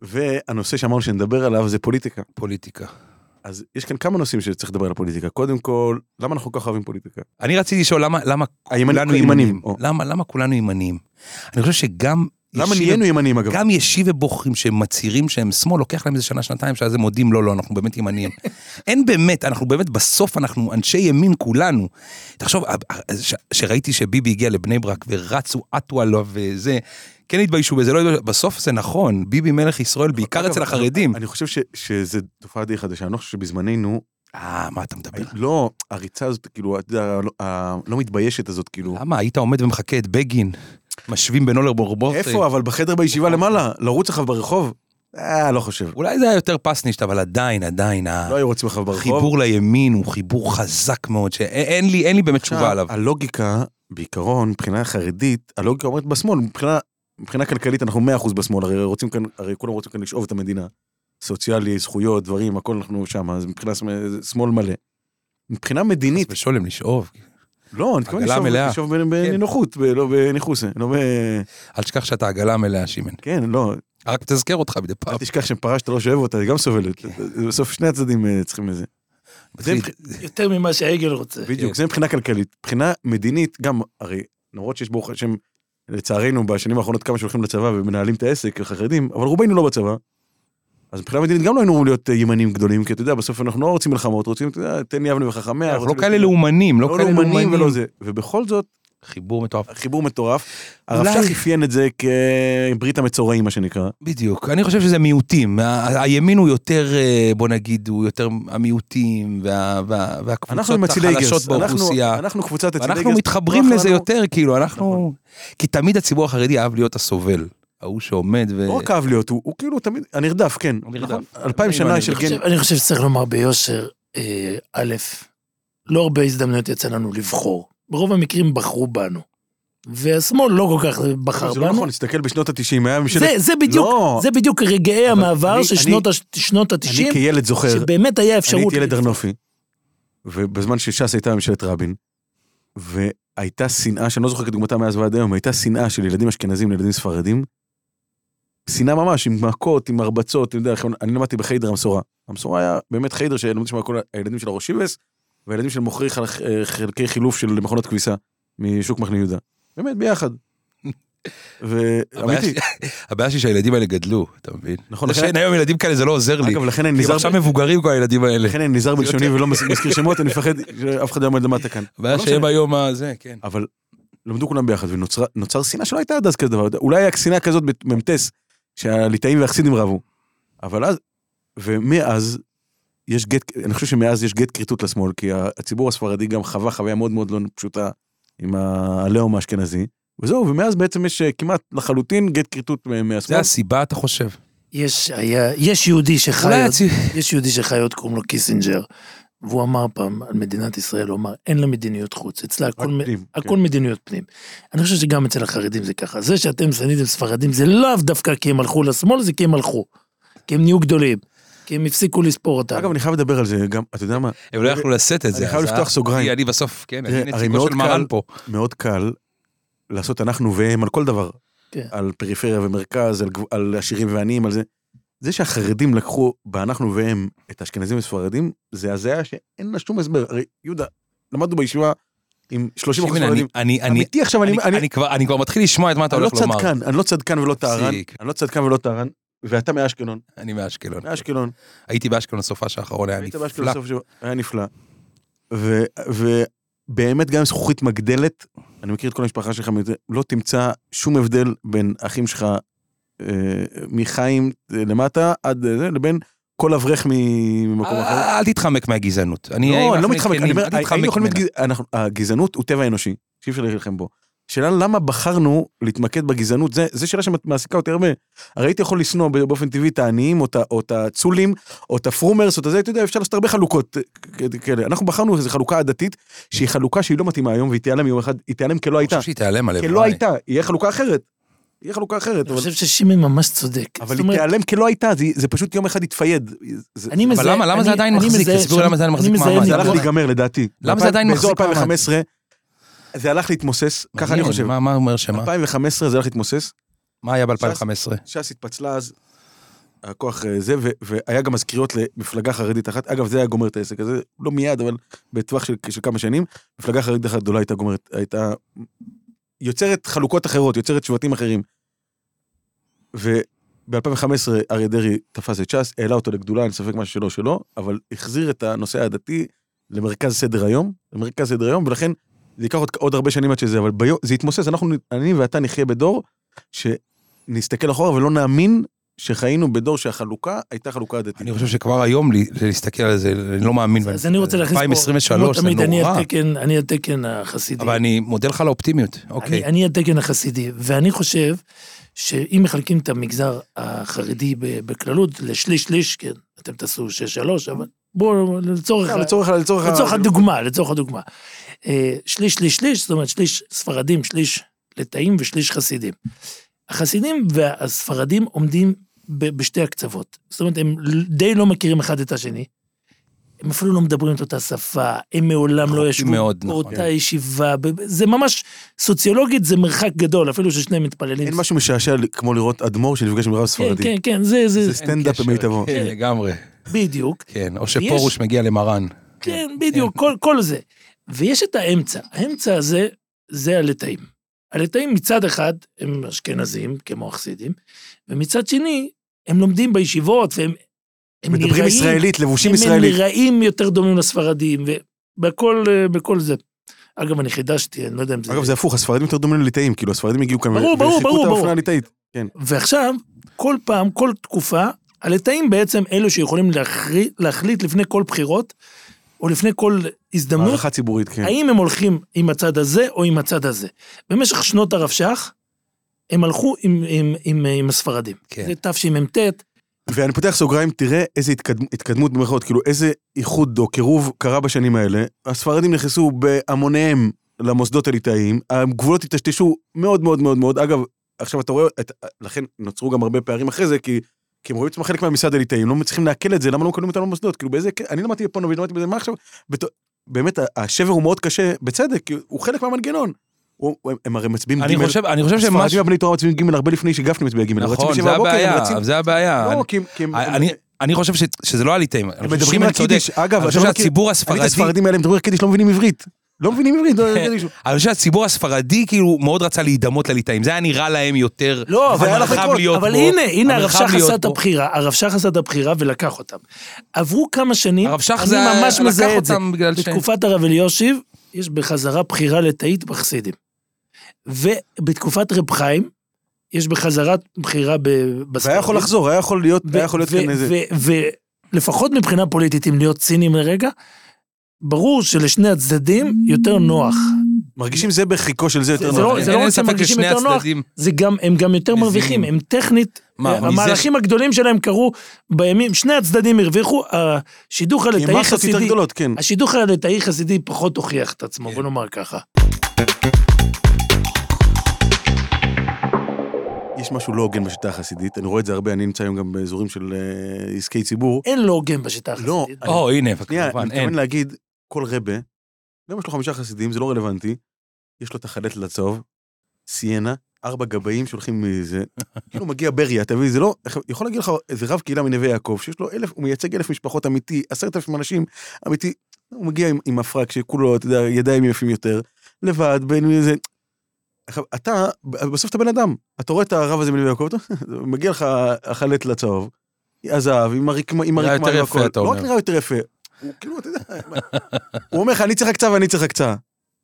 Speaker 5: והנושא שאמרנו שנדבר עליו זה פוליטיקה.
Speaker 6: פוליטיקה.
Speaker 5: אז יש כאן כמה נושאים שצריך לדבר על הפוליטיקה. קודם כל, למה אנחנו כל כך אוהבים פוליטיקה?
Speaker 6: אני רציתי לשאול למה למה
Speaker 5: הימנים-
Speaker 6: כולנו
Speaker 5: ימנים,
Speaker 6: ימנים.
Speaker 5: או.
Speaker 6: למה למה כולנו ימנים? אני חושב שגם...
Speaker 5: למה
Speaker 6: ישיב-
Speaker 5: נהיינו ימנים אגב?
Speaker 6: גם ישיב ובוחרים שהם מצהירים שהם שמאל, לוקח להם איזה שנה, שנתיים, שאז הם מודים, לא, לא, אנחנו באמת ימניים. אין באמת, אנחנו באמת, בסוף אנחנו אנשי ימין כולנו. תחשוב, ה- ה- ש- שראיתי שביבי הגיע לבני ברק ורצו עטו עליו וזה, כן התביישו בזה, לא התביישו, בסוף זה נכון, ביבי מלך ישראל, בעיקר
Speaker 5: אגב,
Speaker 6: אצל החרדים.
Speaker 5: אני חושב ש- שזה תופעה די חדשה, אני לא חושב שבזמננו,
Speaker 6: אה, מה אתה מדבר?
Speaker 5: לא, הריצה הזאת, כאילו, אתה יודע, לא- הלא מתביישת הזאת, כאילו.
Speaker 6: למה, היית עומד ומחכה את בגין, משווים בין אולר בורבורטי.
Speaker 5: איפה, אבל בחדר בישיבה
Speaker 6: נכון.
Speaker 5: למעלה, לרוץ אחריו ברחוב? אה, לא חושב.
Speaker 6: אולי זה היה יותר פסנישט, אבל עדיין, עדיין, ה-
Speaker 5: לא היו רוצים אחריו ברחוב.
Speaker 6: החיבור לימין הוא חיבור חזק מאוד, שאין לי, אין לי באמת תשובה עליו.
Speaker 5: הלוגיקה, בעיקרון, מבחינה חרדית, הלוגיקה אומרת בשמאל, מבחינה, מבחינה כלכלית אנחנו 100% בשמאל, הרי רוצים כאן, הרי כולם רוצים כאן לשאוב את המדינה. סוציאלי, זכויות, דברים, הכל אנחנו שם, אז מבחינה שמאל, זה שמאל מלא. מבחינה מדינית,
Speaker 6: ושולם לשאוב.
Speaker 5: לא, אני מתכוון
Speaker 6: עגלה
Speaker 5: לשאוב-
Speaker 6: מלאה. כן.
Speaker 5: לשאוב ב- בנינוחות, ב- לא בניחוסה, לא ב...
Speaker 6: אל תשכח שאתה עגלה מלאה, שמן.
Speaker 5: כן, לא,
Speaker 6: רק תזכר אותך מדי פעם.
Speaker 5: אל תשכח שפרשת לא שאוהב אותה, היא גם סובלת.
Speaker 6: כן.
Speaker 5: בסוף שני הצדדים אה, צריכים לזה. זה מבח-
Speaker 7: יותר ממה שהעגל רוצה.
Speaker 6: כן.
Speaker 5: בדיוק, זה מבחינה כלכלית. מבחינה מדינית, גם, הרי, למרות שיש ברוך השם, לצערנו, בשנים האחרונות כמה שהולכים לצבא ומנהלים את העסק, החרדים, אבל רובנו לא בצבא. אז מבחינה מדינית גם לא היינו אמורים להיות אה, ימנים גדולים, כי אתה יודע, בסוף אנחנו לא רוצים מלחמות, רוצים, אתה יודע, תן יבנה וחכמיה.
Speaker 6: אנחנו לא
Speaker 5: רוצים
Speaker 6: כאלה
Speaker 5: להיות-
Speaker 6: לאומנים, לא
Speaker 5: לא
Speaker 6: כאלה לאומנים.
Speaker 5: לאומנים ולא זה. ובכל זאת,
Speaker 6: חיבור מטורף.
Speaker 5: חיבור מטורף. הרב
Speaker 6: אולי-
Speaker 5: שך אפיין את זה כברית המצורעים, מה שנקרא.
Speaker 6: בדיוק, אני חושב שזה מיעוטים. ה- הימין הוא יותר, אה, בוא נגיד, הוא יותר המיעוטים, וה- וה-
Speaker 5: אנחנו
Speaker 6: והקבוצות
Speaker 5: עם אצילי
Speaker 6: החלשות
Speaker 5: גרס. אנחנו-
Speaker 6: באוכלוסייה.
Speaker 5: אנחנו קבוצת אצילי גרס.
Speaker 6: אנחנו מתחברים
Speaker 5: נוח
Speaker 6: לזה
Speaker 5: לנו-
Speaker 6: יותר, כאילו, אנחנו...
Speaker 5: לא- נכון.
Speaker 6: כי תמיד הציבור החרדי אהב להיות הסובל. ההוא שעומד ו...
Speaker 5: לא רק אהב להיות, הוא הוא כאילו תמיד, הנרדף, כן.
Speaker 6: הנרדף.
Speaker 5: נכון? אלפיים
Speaker 6: אה, אני
Speaker 5: שנה של
Speaker 7: אני
Speaker 5: גן...
Speaker 7: חושב- אני חושב שצריך לומר ביושר, אה, א', לא הרבה הזדמנויות יצא לנו לבחור. ברוב המקרים בחרו בנו. והשמאל לא כל כך בחר
Speaker 5: זה לא
Speaker 7: בנו.
Speaker 5: נכון, תסתכל בשנות ה-90, היה ממשלת...
Speaker 7: זה- זה בדיוק,
Speaker 5: לא.
Speaker 7: זה בדיוק רגעי
Speaker 5: אבל
Speaker 7: המעבר
Speaker 5: אני-
Speaker 7: של שנות
Speaker 5: אני-
Speaker 7: הש- שנות
Speaker 5: אני
Speaker 7: ה-90,
Speaker 5: כילד זוכר,
Speaker 7: שבאמת היה
Speaker 5: אני
Speaker 7: אפשרות.
Speaker 5: הייתי ילד ארנופי, ובזמן שש"ס הייתה ממשלת רבין, והייתה שנאה, שאני לא זוכר כדוגמתה מאז ועד היום, הייתה שנאה של ילדים אשכנזים לילדים ספרדים, שנאה ממש, עם מכות, עם הרבצות, אתה יודע, איך- אני למדתי בחיידר המסורה. המסורה היה באמת חיידר שלמדו שם כל הילדים של הראשיבס, והילדים של מוכרי חל- חלקי חילוף של מכונות כביסה, משוק מחנה יהודה. באמת, ביחד.
Speaker 6: הבעיה
Speaker 5: ואמיתי,
Speaker 6: ש- הבעיה שלי שהילדים האלה גדלו, אתה מבין?
Speaker 5: נכון,
Speaker 6: זה
Speaker 5: לכן-
Speaker 6: שאין היום ילדים כאלה זה לא עוזר לי.
Speaker 5: אגב, לכן אני
Speaker 6: כי הם
Speaker 5: נזהר...
Speaker 6: עכשיו מבוגרים כל הילדים האלה.
Speaker 5: לכן אני נזהר בלשוני ולא מז- מזכיר שמות, אני מפחד שאף אחד לא יעמוד למטה כאן.
Speaker 6: הבעיה
Speaker 5: לא
Speaker 6: שהם
Speaker 5: משנה.
Speaker 6: היום הזה, כן.
Speaker 5: אבל למדו כולם ביחד, ונוצר שנאה שלא הייתה עד אז כזה דבר. אולי היה שנאה כזאת במ"טס, שהליטאים והחסידים רבו. אבל אז, ומאז, יש גט, אני חושב שמאז יש גט כריתות לשמאל, כי הציבור הספרדי גם חווה חוויה מאוד מאוד לא פשוטה עם הלאום האשכנזי. וזהו, ומאז בעצם יש אה, כמעט לחלוטין גט כריתות מ-
Speaker 6: זה
Speaker 5: מהשמאל.
Speaker 6: הסיבה, אתה חושב.
Speaker 7: יש, היה, יש יהודי שחי,
Speaker 6: אולי
Speaker 7: עוד,
Speaker 6: הצי...
Speaker 7: יש יהודי שחי עוד, קוראים לו קיסינג'ר, והוא אמר פעם על מדינת ישראל, הוא אמר, אין לה מדיניות חוץ, אצלה הכל,
Speaker 5: רק
Speaker 7: מ-
Speaker 5: פנים, כן.
Speaker 7: הכל מדיניות פנים. אני חושב שגם אצל החרדים זה ככה. זה שאתם שניתם ספרדים זה לאו דווקא כי הם הלכו לשמאל, זה כי הם הלכו. כי הם נהיו גדולים. כי הם הפסיקו לספור אותנו.
Speaker 5: אגב, אני חייב לדבר על זה גם, אתה יודע מה,
Speaker 6: הם לא יכלו לשאת את זה.
Speaker 5: אני חייב
Speaker 6: אז
Speaker 5: לפתוח
Speaker 6: ה-
Speaker 5: סוגריים.
Speaker 6: אני- אני בסוף, כן,
Speaker 5: תראה,
Speaker 6: אני
Speaker 5: הרי
Speaker 6: נציגו
Speaker 5: מאוד
Speaker 6: של
Speaker 5: קל-
Speaker 6: מרן פה.
Speaker 5: מאוד קל לעשות אנחנו והם על כל דבר.
Speaker 7: כן.
Speaker 5: על פריפריה ומרכז, על, גב- על עשירים ועניים, על זה. זה שהחרדים לקחו באנחנו והם את האשכנזים וספרדים, זה הזיה שאין לה שום הסבר. הרי, יהודה, למדנו בישיבה עם 30 אחוז
Speaker 6: שימן, אני-
Speaker 5: ספרדים.
Speaker 6: אני- אני-
Speaker 5: אמיתי עכשיו, אני,
Speaker 6: אני-
Speaker 5: אני,
Speaker 6: אני כבר- אני כבר מתחיל לשמוע את מה אתה
Speaker 5: אני לא
Speaker 6: הולך לומר.
Speaker 5: צדקן, אני לא צדקן ולא טהרן,
Speaker 6: תפסיק.
Speaker 5: אני לא צדקן ולא טהרן, ואתה מאשקלון,
Speaker 6: אני מאשקלון.
Speaker 5: מאשקלון,
Speaker 6: הייתי באשקלון סופה שהאחרון היה
Speaker 5: היית
Speaker 6: נפלא.
Speaker 5: באשקלון בסוף שבוע, היה נפלא. ו- ובאמת גם עם זכוכית מגדלת, אני מכיר את כל המשפחה שלך, מזה, לא תמצא שום הבדל בין אחים שלך אה, מחיים אה, למטה עד אה, זה, לבין כל אברך מ- ממקום אחר.
Speaker 6: אל אל תתחמק מהגזענות.
Speaker 5: לא, אני לא
Speaker 6: אנחנו
Speaker 5: מתחמק, אני
Speaker 6: כנים,
Speaker 5: אומר,
Speaker 6: אל תתחמק
Speaker 5: היינו יכולים
Speaker 6: ממנה.
Speaker 5: להיות, גז- אנחנו- הגזענות הוא טבע אנושי, שאי אפשר להילחם בו. שאלה למה בחרנו להתמקד בגזענות, זה- זו שאלה שמעסיקה אותי הרבה. הרי הייתי יכול לשנוא באופן טבעי את העניים, או את ה- או את הצולים, או את הפרומרס, או את זה, אתה יודע, אפשר לעשות הרבה חלוקות אה, כאלה. אנחנו בחרנו איזו חלוקה עדתית, שהיא חלוקה שהיא לא מתאימה היום, והיא תיעלם יום אחד, היא תיעלם כלא
Speaker 6: אני
Speaker 5: הייתה.
Speaker 6: חושב שהיא תיעלם עליהם.
Speaker 5: כלא הייתה, יהיה חלוקה אחרת. יהיה חלוקה אחרת,
Speaker 7: אני
Speaker 5: אבל-
Speaker 7: חושב ששמן ממש צודק.
Speaker 5: אבל
Speaker 7: זאת
Speaker 5: היא
Speaker 7: אומרת,
Speaker 5: תיעלם כלא הייתה, זה- זה פשוט יום אחד יתפייד. זה-
Speaker 7: אני
Speaker 6: אבל
Speaker 7: מזהה-
Speaker 6: למה- למה זה
Speaker 7: אני-
Speaker 6: עדיין
Speaker 7: אני
Speaker 6: מחזיק?
Speaker 7: מזהה-
Speaker 6: תסבירו למה זה עדיין
Speaker 7: אני
Speaker 6: מחזיק
Speaker 7: מזהה
Speaker 6: מעמד.
Speaker 5: זה
Speaker 7: ניגוד.
Speaker 5: הלך להיגמר לדעתי.
Speaker 6: למה זה עדיין
Speaker 5: באזור
Speaker 6: מחזיק מעמד?
Speaker 5: 2015, זה הלך להתמוסס, ככה אני
Speaker 6: מעניין,
Speaker 5: חושב.
Speaker 6: מה- מה אומר שמה?
Speaker 5: 2015 זה הלך להתמוסס,
Speaker 6: מה היה ב-2015?
Speaker 5: ש"ס התפצלה אז, הכוח אה, זה, ו- והיה גם מזכירות למפלגה חרדית אחת, אגב זה היה גומר את העסק הזה, לא מיד, אבל בטווח של, של כמה שנים, מפלגה חרדית אחת גדולה הייתה גומרת, הייתה יוצרת חלוקות אחרות, יוצרת שבטים אחרים. וב-2015 אריה דרעי תפס את ש"ס, העלה אותו לגדולה, אין ספק מה שלא שלו, אבל החזיר את הנושא העדתי למרכז סדר היום, למרכז סדר היום, ולכן זה ייקח עוד, עוד הרבה שנים עד שזה, אבל ביום, זה יתמוסס, אנחנו, אני ואתה נחיה בדור שנסתכל אחורה ולא נאמין שחיינו בדור שהחלוקה הייתה חלוקה עדתית.
Speaker 6: אני חושב שכבר היום לי- להסתכל על זה, אני לא מאמין.
Speaker 7: אז אני רוצה להכניס פה,
Speaker 6: 2023
Speaker 7: כמו
Speaker 6: זה
Speaker 7: תמיד, אני
Speaker 6: נורא.
Speaker 7: על תקן- אני אה, על תקן החסידי.
Speaker 6: אבל אני מודה לך על האופטימיות. אוקיי.
Speaker 7: אני, אני התקן החסידי, ואני חושב שאם מחלקים את המגזר החרדי ב- בכללות לשליש-שליש, כן, אתם תעשו שש-שלוש, אבל בואו, לצורך,
Speaker 5: אה, לצורך, לצורך,
Speaker 7: לצורך הדוגמה, לצורך הדוגמה. אה, שליש-שליש-שליש, זאת אומרת שליש ספרדים, שליש לטאים ושליש חסידים. החסידים והספרדים עומדים ב- בשתי הקצוות. זאת אומרת, הם די לא מכירים אחד את השני. הם אפילו לא מדברים את אותה שפה, הם מעולם לא
Speaker 6: רחוקים
Speaker 7: ישבו
Speaker 6: מאוד, נכון.
Speaker 7: באותה ישיבה, ב- ב- זה ממש, סוציולוגית זה מרחק גדול, אפילו ששניהם מתפללים.
Speaker 5: אין משהו משעשע כמו לראות אדמו"ר שנפגש עם רב
Speaker 7: כן,
Speaker 5: ספרדי.
Speaker 7: כן, כן, זה, זה,
Speaker 5: זה סטנדאפ
Speaker 6: אין
Speaker 5: במיטבו.
Speaker 6: קשר, כן, לגמרי.
Speaker 7: בדיוק.
Speaker 6: כן, או שפרוש מגיע למרן.
Speaker 7: כן, בדיוק, כל, כל זה. ויש את האמצע, האמצע הזה, זה הליטאים. הליטאים מצד אחד הם אשכנזים, כמו החסידים, ומצד שני, הם לומדים בישיבות, והם הם
Speaker 5: מדברים
Speaker 7: נראים,
Speaker 5: ישראלית, לבושים
Speaker 7: הם, הם
Speaker 5: ישראלית.
Speaker 7: נראים יותר דומים לספרדים, ובכל אה, בכל זה. אגב, אני חידשתי, אני לא יודע אם זה...
Speaker 5: אגב, זה הפוך, הספרדים יותר דומים לליטאים, כאילו, הספרדים הגיעו כאן
Speaker 7: ברור, ברור,
Speaker 5: והרחיקו
Speaker 7: ברור,
Speaker 5: את האופנה
Speaker 7: ברור.
Speaker 5: הליטאית.
Speaker 7: ועכשיו, כל פעם, כל תקופה, הליטאים בעצם אלו שיכולים להחרי, להחליט לפני כל בחירות, או לפני כל הזדמנות,
Speaker 5: מערכה ציבורית, כן.
Speaker 7: האם הם הולכים עם הצד הזה או עם הצד הזה. במשך שנות הרבש"ח, הם הלכו עם, עם, עם, עם הספרדים.
Speaker 6: כן.
Speaker 7: זה תשמ"ט,
Speaker 5: ואני פותח סוגריים, תראה איזה התקד- התקדמות במירכאות, כאילו, איזה איחוד או קירוב קרה בשנים האלה. הספרדים נכנסו בהמוניהם למוסדות הליטאיים, הגבולות היטשטשו מאוד מאוד מאוד מאוד. אגב, עכשיו אתה רואה, את, לכן נוצרו גם הרבה פערים אחרי זה, כי... כי הם רואים עצמם חלק מהממסד הליטאים, לא מצליחים לעכל את זה, למה לא מקבלים אותנו במוסדות? כאילו באיזה... אני למדתי בפונוביץ', למדתי בזה, מה עכשיו? בת... באמת, ה- השבר הוא מאוד קשה, בצדק, כי הוא חלק מהמנגנון. הוא, הם, הם הרי מצביעים
Speaker 6: אני
Speaker 5: ג'
Speaker 6: חושב, אני חושב שמה...
Speaker 5: הספרדים הבני תורה מצביעים ג' הרבה לפני שגפני מצביע ג', הם לא רצים
Speaker 6: נכון,
Speaker 5: בשבע
Speaker 6: זה
Speaker 5: בבוקר, הם
Speaker 6: הבעיה,
Speaker 5: רצים-
Speaker 6: זה הבעיה.
Speaker 5: לא,
Speaker 6: אני-
Speaker 5: כי הם- כי הם...
Speaker 6: אני- אני חושב ש- שזה לא הליטאים. אני
Speaker 5: הם
Speaker 6: חושב
Speaker 5: מדברים
Speaker 6: ששמעון
Speaker 5: על קידיש,
Speaker 6: צודק.
Speaker 5: אגב,
Speaker 6: אני
Speaker 5: אתה
Speaker 6: חושב
Speaker 5: לא מכיר,
Speaker 6: שהציבור
Speaker 5: אני את
Speaker 6: הספרדי...
Speaker 5: הספרדים האלה, הם מדברים על קידיש, לא מבינים עברית. לא מבינים עברית, לא יודעים מישהו.
Speaker 6: אני חושב שהציבור הספרדי כאילו מאוד רצה להידמות לליטאים, זה היה נראה להם יותר,
Speaker 7: לא,
Speaker 6: זה
Speaker 7: אבל
Speaker 5: היה
Speaker 6: היה
Speaker 5: לך
Speaker 6: מרחב
Speaker 5: לקרות,
Speaker 6: להיות
Speaker 7: אבל
Speaker 6: בו,
Speaker 7: הנה, הנה
Speaker 6: המרחב
Speaker 7: הרבש"ח
Speaker 6: להיות
Speaker 7: עשה את
Speaker 6: בו.
Speaker 7: הבחירה, הרבש"ח עשה את הבחירה ולקח אותם. עברו כמה שנים,
Speaker 6: הרב שך
Speaker 7: אני
Speaker 6: זה היה-
Speaker 7: ממש
Speaker 6: לקח
Speaker 7: מזהה את זה.
Speaker 6: אותם בגלל שהם-
Speaker 7: בתקופת הרב אליושיב, יש בחזרה בחירה לתאית בחסידים. ובתקופת רב חיים, יש בחזרה בחירה ב- בספרדים.
Speaker 5: והיה לא יכול לחזור, היה יכול להיות, היה יכול להיות
Speaker 7: ו-
Speaker 5: כאן איזה...
Speaker 7: ו- ו- לפחות מבחינה פוליטית, אם להיות ציניים לרגע, ברור שלשני הצדדים יותר נוח.
Speaker 5: מרגישים זה בחיקו של זה יותר
Speaker 7: זה
Speaker 5: נוח.
Speaker 7: לא- זה לא
Speaker 6: אין
Speaker 7: רק
Speaker 6: ספק
Speaker 7: שמרגישים
Speaker 6: ששני
Speaker 7: יותר נוח,
Speaker 6: הצדדים-
Speaker 7: זה גם, הם גם יותר
Speaker 6: מבינים.
Speaker 7: מרוויחים, הם טכנית, אה,
Speaker 6: מה, אבל מזה-
Speaker 7: המהלכים הגדולים שלהם קרו בימים, שני הצדדים הרוויחו, השידוך
Speaker 5: כי
Speaker 7: הליטאי
Speaker 5: מסות יותר
Speaker 7: חסידי,
Speaker 5: גדולות, כן.
Speaker 7: השידוך הליטאי חסידי פחות הוכיח את עצמו, בוא נאמר ככה.
Speaker 5: יש משהו לא הוגן בשיטה החסידית, אני רואה את זה הרבה, אני נמצא היום גם באזורים של אה, עסקי ציבור.
Speaker 7: אין לו הוגן בשיטה
Speaker 5: לא,
Speaker 7: החסידית.
Speaker 5: אני-
Speaker 6: או, הנה,
Speaker 5: שנייה, אני
Speaker 6: כמובן, אין.
Speaker 5: מתכוון להגיד, כל רבה, גם יש לו חמישה חסידים, זה לא רלוונטי, יש לו את החלטת לצהוב, סיינה, ארבע גבאים שהולכים מזה, כאילו מגיע בריה, אתה מבין, זה לא, יכול להגיד לך איזה רב קהילה מנווה יעקב, שיש לו אלף, הוא מייצג אלף משפחות אמיתי, עשרת אלפים אנשים אמיתי, הוא מגיע עם, עם הפרק שכולו, אתה יודע, ידיים יפים יותר, לבד, בין איזה... עכשיו, אתה, בסוף אתה בן אדם, אתה רואה את הרב הזה מנווה יעקב, אתה- מגיע לך החלט לצהוב, הזהב, עם הרקמה, עם
Speaker 6: נראה
Speaker 5: הרקמה,
Speaker 6: יותר
Speaker 5: עם
Speaker 6: יפה,
Speaker 5: הכל.
Speaker 6: אתה
Speaker 5: לא רק
Speaker 6: אומר.
Speaker 5: נראה יותר יפה, הוא כאילו, אתה יודע, הוא אומר לך, אני צריך הקצה ואני צריך הקצה.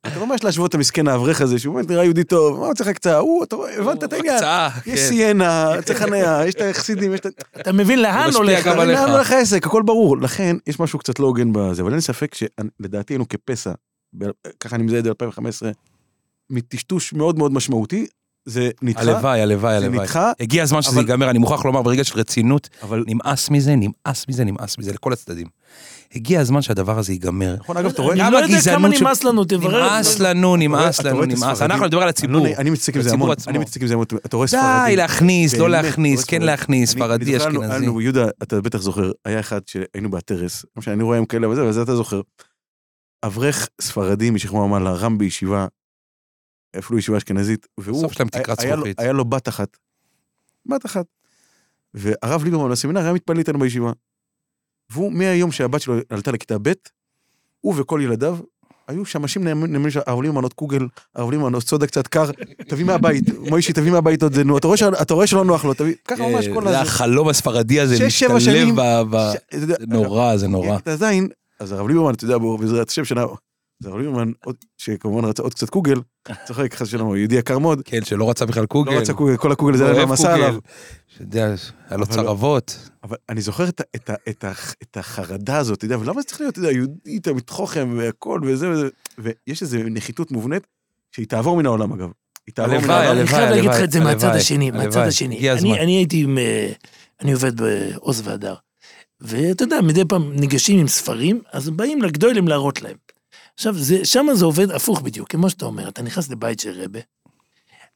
Speaker 5: אתה ממש להשוות את המסכן האברך הזה, שהוא באמת נראה יהודי טוב, מה הוא צריך הקצה? הוא, אתה רואה, הבנת את העניין.
Speaker 6: הקצאה,
Speaker 5: יש
Speaker 6: כן.
Speaker 5: סיינה, צריך חניה, יש את החסידים, יש את...
Speaker 7: אתה מבין לאן
Speaker 6: משפיע
Speaker 7: הולך,
Speaker 6: גם
Speaker 5: אבל
Speaker 6: עליך.
Speaker 5: לאן הולך העסק, הכל ברור. לכן, יש משהו קצת לא הוגן בזה, אבל אין ספק שלדעתי היינו כפסע, ב- ככה אני מזהה את זה ב-2015, מטשטוש מאוד מאוד משמעותי, זה נדחה,
Speaker 6: הלוואי, הלוואי,
Speaker 5: זה
Speaker 6: הלוואי.
Speaker 5: נדחה,
Speaker 6: הגיע הזמן שזה
Speaker 5: אבל-
Speaker 6: ייגמר, אני מוכרח לומר ברגע של רצינות,
Speaker 5: אבל...
Speaker 6: נמאס מזה, נמאס מזה, נמאס מזה, לכל הצדדים. הגיע הזמן שהדבר הזה ייגמר.
Speaker 5: נכון, אגב, אתה רואה...
Speaker 7: אני
Speaker 6: גם
Speaker 7: לא יודע כמה
Speaker 6: הגזענות של-
Speaker 7: נמאס לנו, תברר.
Speaker 6: נמאס לנו, נמאס
Speaker 5: אתה רואה
Speaker 6: לנו,
Speaker 5: את
Speaker 6: נמאס.
Speaker 5: הספרדים?
Speaker 6: אנחנו נדבר על
Speaker 5: אני לא-
Speaker 6: הציבור.
Speaker 5: אני מתעסק עם זה
Speaker 6: הציבור
Speaker 5: המון,
Speaker 6: עצמו.
Speaker 5: אני מתעסק עם זה המון, אתה רואה ספרדים.
Speaker 6: די, להכניס, לא
Speaker 5: באמת,
Speaker 6: להכניס,
Speaker 5: לא
Speaker 6: כן
Speaker 5: ספרדי.
Speaker 6: להכניס,
Speaker 5: אני-
Speaker 6: ספרדי,
Speaker 5: בדרך כלל
Speaker 6: אשכנזי.
Speaker 5: אנו, יהודה, אתה בטח זוכר, היה אחד שהיינו בהתרס, לא משנה, אני רואה הם כאלה וזה, וזה אתה זוכר. אברך ספרדי משכמו המעלה, רם בישיבה, אפילו ישיבה אשכנזית, והוא...
Speaker 6: סוף שלהם
Speaker 5: היה-
Speaker 6: תקרת
Speaker 5: היה לו-
Speaker 6: זכוכית.
Speaker 5: היה לו בת אחת. בת אחת. והרב ליברמן בסמינר היה מתפלל איתנו בישיבה. והוא, מהיום שהבת שלו עלתה לכיתה ב', הוא וכל ילדיו היו שמשים נאמנים נאמנים של הרב ליברמן עוד קוגל, הרב ליברמן עוד סודה קצת קר, תביא מהבית, מוישי תביא מהבית עוד זה, נו, אתה רואה שה- אתה רואה שלא נוח לו, תביא, ככה ממש
Speaker 6: אה,
Speaker 5: כל
Speaker 6: זה
Speaker 5: הזה.
Speaker 6: החלום הספרדי הזה,
Speaker 5: שש, שבע
Speaker 6: להשתלב
Speaker 5: שנים,
Speaker 6: ב... ב-
Speaker 5: ש- אתה יודע,
Speaker 6: זה נורא, זה נורא.
Speaker 5: את הזין, אז הרב ליברמן, אתה יודע, הוא בעזרת השם שנה, אז הרב ליברמן, עוד- שכמובן רצה עוד קצת קוגל, צוחק, חס ושלום, הוא יהודי יקר מאוד,
Speaker 6: כן, שלא רצה בכלל קוגל.
Speaker 5: לא רצה קוגל, כל הקוגל זה
Speaker 6: הוא
Speaker 5: היה
Speaker 6: אוהב
Speaker 5: במסע
Speaker 6: קוגל.
Speaker 5: עליו.
Speaker 6: אתה יודע, היה לו
Speaker 5: אבל- לא-
Speaker 6: צרבות.
Speaker 5: אבל אני זוכר את, ה- את, ה- את, ה- את החרדה הזאת, אתה יודע, ולמה זה צריך להיות, אתה יודע, יהודי, תמיד חוכם והכל וזה וזה, ויש איזו נחיתות מובנית, שהיא תעבור מן העולם, אגב. היא תעבור מן
Speaker 6: הלוואי,
Speaker 5: העולם.
Speaker 7: אני חייב
Speaker 6: הלוואי,
Speaker 7: להגיד לך את זה
Speaker 6: הלוואי,
Speaker 7: מהצד השני,
Speaker 6: הלוואי.
Speaker 7: מהצד השני.
Speaker 6: הגיע
Speaker 7: אני-
Speaker 6: הזמן.
Speaker 7: אני הייתי עם... אה, אני עובד בעוז והדר. ואתה יודע, מדי פעם ניגשים עם ספרים, אז באים לגדולים להראות להם. עכשיו, שם זה עובד הפוך בדיוק, כמו שאתה אומר, אתה נכנס לבית של רבה,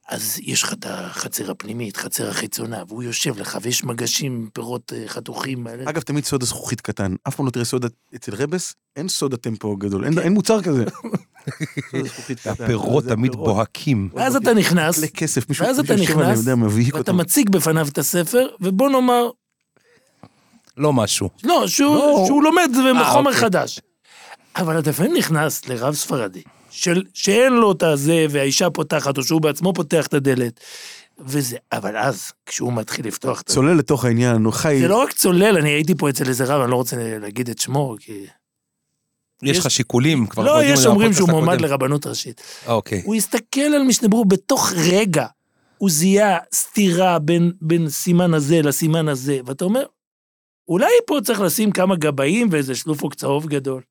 Speaker 7: אז יש לך את החצר הפנימית, חצר החיצונה, והוא יושב לך, ויש מגשים, עם פירות אה, חתוכים. האלה.
Speaker 5: אגב, תמיד סודה זכוכית קטן, אף פעם לא תראה סודה, אצל רבס אין סודה טמפו גדול, אין, אין מוצר כזה. סודה זכוכית קטן.
Speaker 6: כן. הפירות
Speaker 5: זה
Speaker 6: תמיד
Speaker 5: הפירות.
Speaker 6: בוהקים.
Speaker 7: ואז אתה נכנס,
Speaker 5: מלא כסף, מישהו
Speaker 7: ואז
Speaker 5: מישהו
Speaker 7: אתה
Speaker 5: יושב עליהם,
Speaker 7: נכנס,
Speaker 5: יודע, מבהיק
Speaker 7: ואתה
Speaker 5: אותו.
Speaker 7: מציג בפניו את הספר, ובוא נאמר,
Speaker 6: לא משהו.
Speaker 7: לא,
Speaker 6: לא.
Speaker 7: שהוא, לא. שהוא לומד
Speaker 6: אה,
Speaker 7: חומר
Speaker 6: אוקיי.
Speaker 7: חדש. אבל אתה לפעמים נכנס לרב ספרדי, של, שאין לו את הזה, והאישה פותחת, או שהוא בעצמו פותח את הדלת, וזה, אבל אז, כשהוא מתחיל לפתוח את זה,
Speaker 5: צולל לתוך העניין, הוא חי...
Speaker 7: זה לא רק צולל, אני הייתי פה אצל איזה רב, אני לא רוצה להגיד את שמו, כי...
Speaker 6: יש
Speaker 7: יש-
Speaker 6: לך שיקולים, כבר
Speaker 7: לא,
Speaker 6: יודעים את
Speaker 7: יש
Speaker 6: זה
Speaker 7: אומרים
Speaker 6: מהפודקאסט
Speaker 7: שהוא מועמד
Speaker 6: הקודם.
Speaker 7: לרבנות ראשית.
Speaker 6: אה, אוקיי.
Speaker 7: הוא הסתכל על משנה ברור בתוך רגע. הוא זיהה סתירה בין, בין סימן הזה לסימן הזה, ואתה אומר, אולי פה צריך לשים כמה גבאים ואיזה שלופוק צהוב גדול.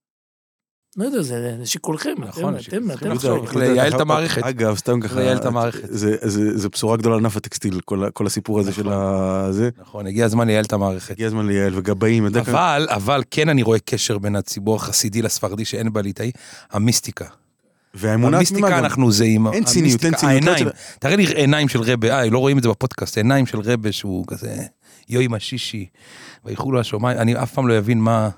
Speaker 7: לא יודע, זה לשיקולכם,
Speaker 6: נכון,
Speaker 7: נכון, אתם,
Speaker 6: לשיקולכם.
Speaker 7: אתם
Speaker 5: יהודה,
Speaker 7: עכשיו.
Speaker 6: צריך לייעל את המערכת.
Speaker 5: אגב, סתם ככה,
Speaker 6: לייעל את המערכת.
Speaker 5: זה- זה זה בשורה גדולה לענף הטקסטיל, כל ה- כל הסיפור הזה של ה... זה.
Speaker 6: נכון, הגיע הזמן לייעל את המערכת.
Speaker 5: הגיע הזמן לייעל, וגבאים, אתה יודע כמה-
Speaker 6: אבל, אבל כן אני רואה קשר בין הציבור החסידי לספרדי שאין בליטאי, המיסטיקה.
Speaker 5: והאמונה התמימה
Speaker 6: המיסטיקה
Speaker 5: גם.
Speaker 6: אנחנו זה עם
Speaker 5: אין ציניות,
Speaker 6: המיסטיקה,
Speaker 5: אין ציניות, לא
Speaker 6: העיניים,
Speaker 5: יודע.
Speaker 6: תראה לי עיניים של רבה, אה, לא רואים את זה בפודקאסט, עיניים של רבה שהוא כזה, יואי משישי, ויחולו השמיים, אני אף פעם לא אבין מה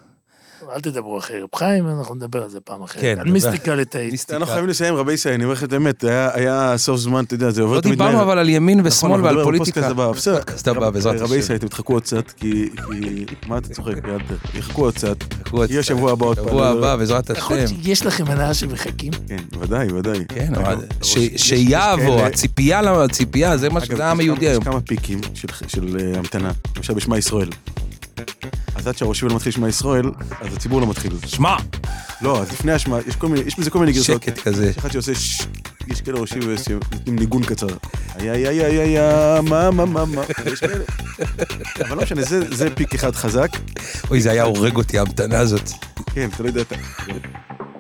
Speaker 7: אל תדברו אחרי רב חיים, אנחנו נדבר על זה פעם
Speaker 6: כן,
Speaker 7: אחרת. כן. על
Speaker 6: נדבר.
Speaker 7: מיסטיקה לטעית.
Speaker 6: מיסטיקה.
Speaker 5: אה, אנחנו חייבים לסיים, רבי ישראל, אני אומר לך את האמת, היה- היה סוף זמן, אתה יודע, זה עובר
Speaker 6: לא
Speaker 5: תמיד
Speaker 6: דיברנו אבל על ימין
Speaker 5: נכון,
Speaker 6: ושמאל
Speaker 5: אנחנו
Speaker 6: ועל
Speaker 5: נדבר
Speaker 6: פוליטיקה.
Speaker 5: בפודקאסט הבא, בסדר.
Speaker 6: בפודקאסט הבא, בעזרת
Speaker 5: רבי
Speaker 6: השם.
Speaker 5: ישראל, אתם תחכו עוד קצת, כי... כי- מה אתה צוחק, יאללה, תחכו עוד קצת.
Speaker 6: חכו עוד
Speaker 5: יהיה
Speaker 6: קצת.
Speaker 5: שבוע הבא עוד פעם.
Speaker 6: שבוע הבא, בעזרת
Speaker 7: נכון
Speaker 6: השם.
Speaker 7: שיש לכם הנאה שמחכים?
Speaker 5: כן, ודאי, ודאי.
Speaker 6: כן, אבל
Speaker 5: אגב,
Speaker 6: ש-
Speaker 5: יש-
Speaker 6: שיהיה
Speaker 5: יש
Speaker 6: או
Speaker 5: כאלה-
Speaker 6: הציפייה, למה- הציפייה, זה מה
Speaker 5: אגב,
Speaker 6: שזה העם היהודי היום.
Speaker 5: יש כמה פיקים של- של אה, המתנה, למשל בשמע ישראל. אז עד שהראש מתחיל שמע ישראל, אז הציבור לא מתחיל.
Speaker 6: שמע,
Speaker 5: לא, אז לפני השמע, יש כל מיני, יש בזה כל מיני גרסות.
Speaker 6: שקט כזה.
Speaker 5: יש אחד שעושה ש... יש כאלה ראשים ועושים- עם ניגון קצר. איי איי איי איי איי איי, מה מה מה מה. יש כאלה. אבל לא משנה, זה זה פיק אחד חזק.
Speaker 6: אוי, זה היה הורג אותי, ההמתנה הזאת.
Speaker 5: כן, אתה לא יודע. אתה-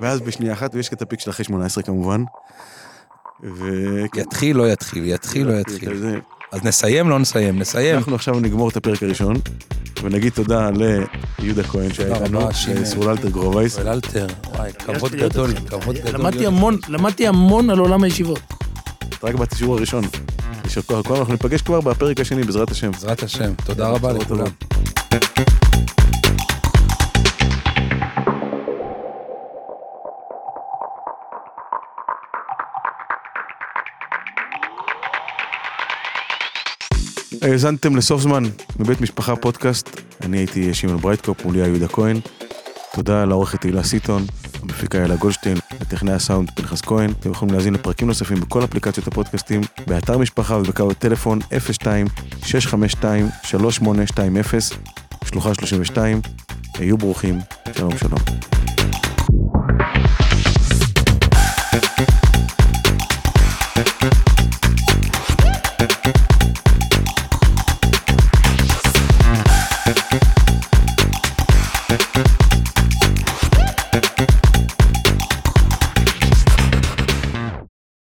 Speaker 5: ואז בשנייה אחת, ויש את הפיק של אחרי 18 כמובן. וכן.
Speaker 6: יתחיל, לא יתחיל, יתחיל, לא יתחיל.
Speaker 5: זה-
Speaker 6: אז נסיים, לא נסיים, נסיים.
Speaker 5: אנחנו עכשיו נגמור את הפרק הראשון, ונגיד תודה ליהודה כהן שהיה
Speaker 6: תודה
Speaker 5: איתנו,
Speaker 6: רבה, שמעון.
Speaker 5: לסרוללטר גרובייס.
Speaker 6: יואל אלתר, וואי, כבוד
Speaker 7: להיות
Speaker 6: גדול,
Speaker 7: אתכם.
Speaker 6: כבוד גדול.
Speaker 7: למדתי
Speaker 6: יואל.
Speaker 7: המון, למדתי המון על עולם הישיבות.
Speaker 5: רק בשיעור הראשון. יישר כוח לכולם, אנחנו ניפגש כבר בפרק השני, בעזרת השם.
Speaker 6: בעזרת השם, תודה רבה
Speaker 5: בשורות
Speaker 6: לכולם.
Speaker 5: טובות. האזנתם לסוף זמן מבית משפחה פודקאסט, אני הייתי שמעון ברייטקופ, מולי היה יהודה כהן. תודה לעורכת תהילה סיטון, המפיקה אלה גולדשטיין, לטכנאי הסאונד פנחס כהן. אתם יכולים להאזין לפרקים נוספים בכל אפליקציות הפודקאסטים, באתר משפחה ובקו הטלפון 02-652-3820, שלוחה 32. היו ברוכים, שלום שלום.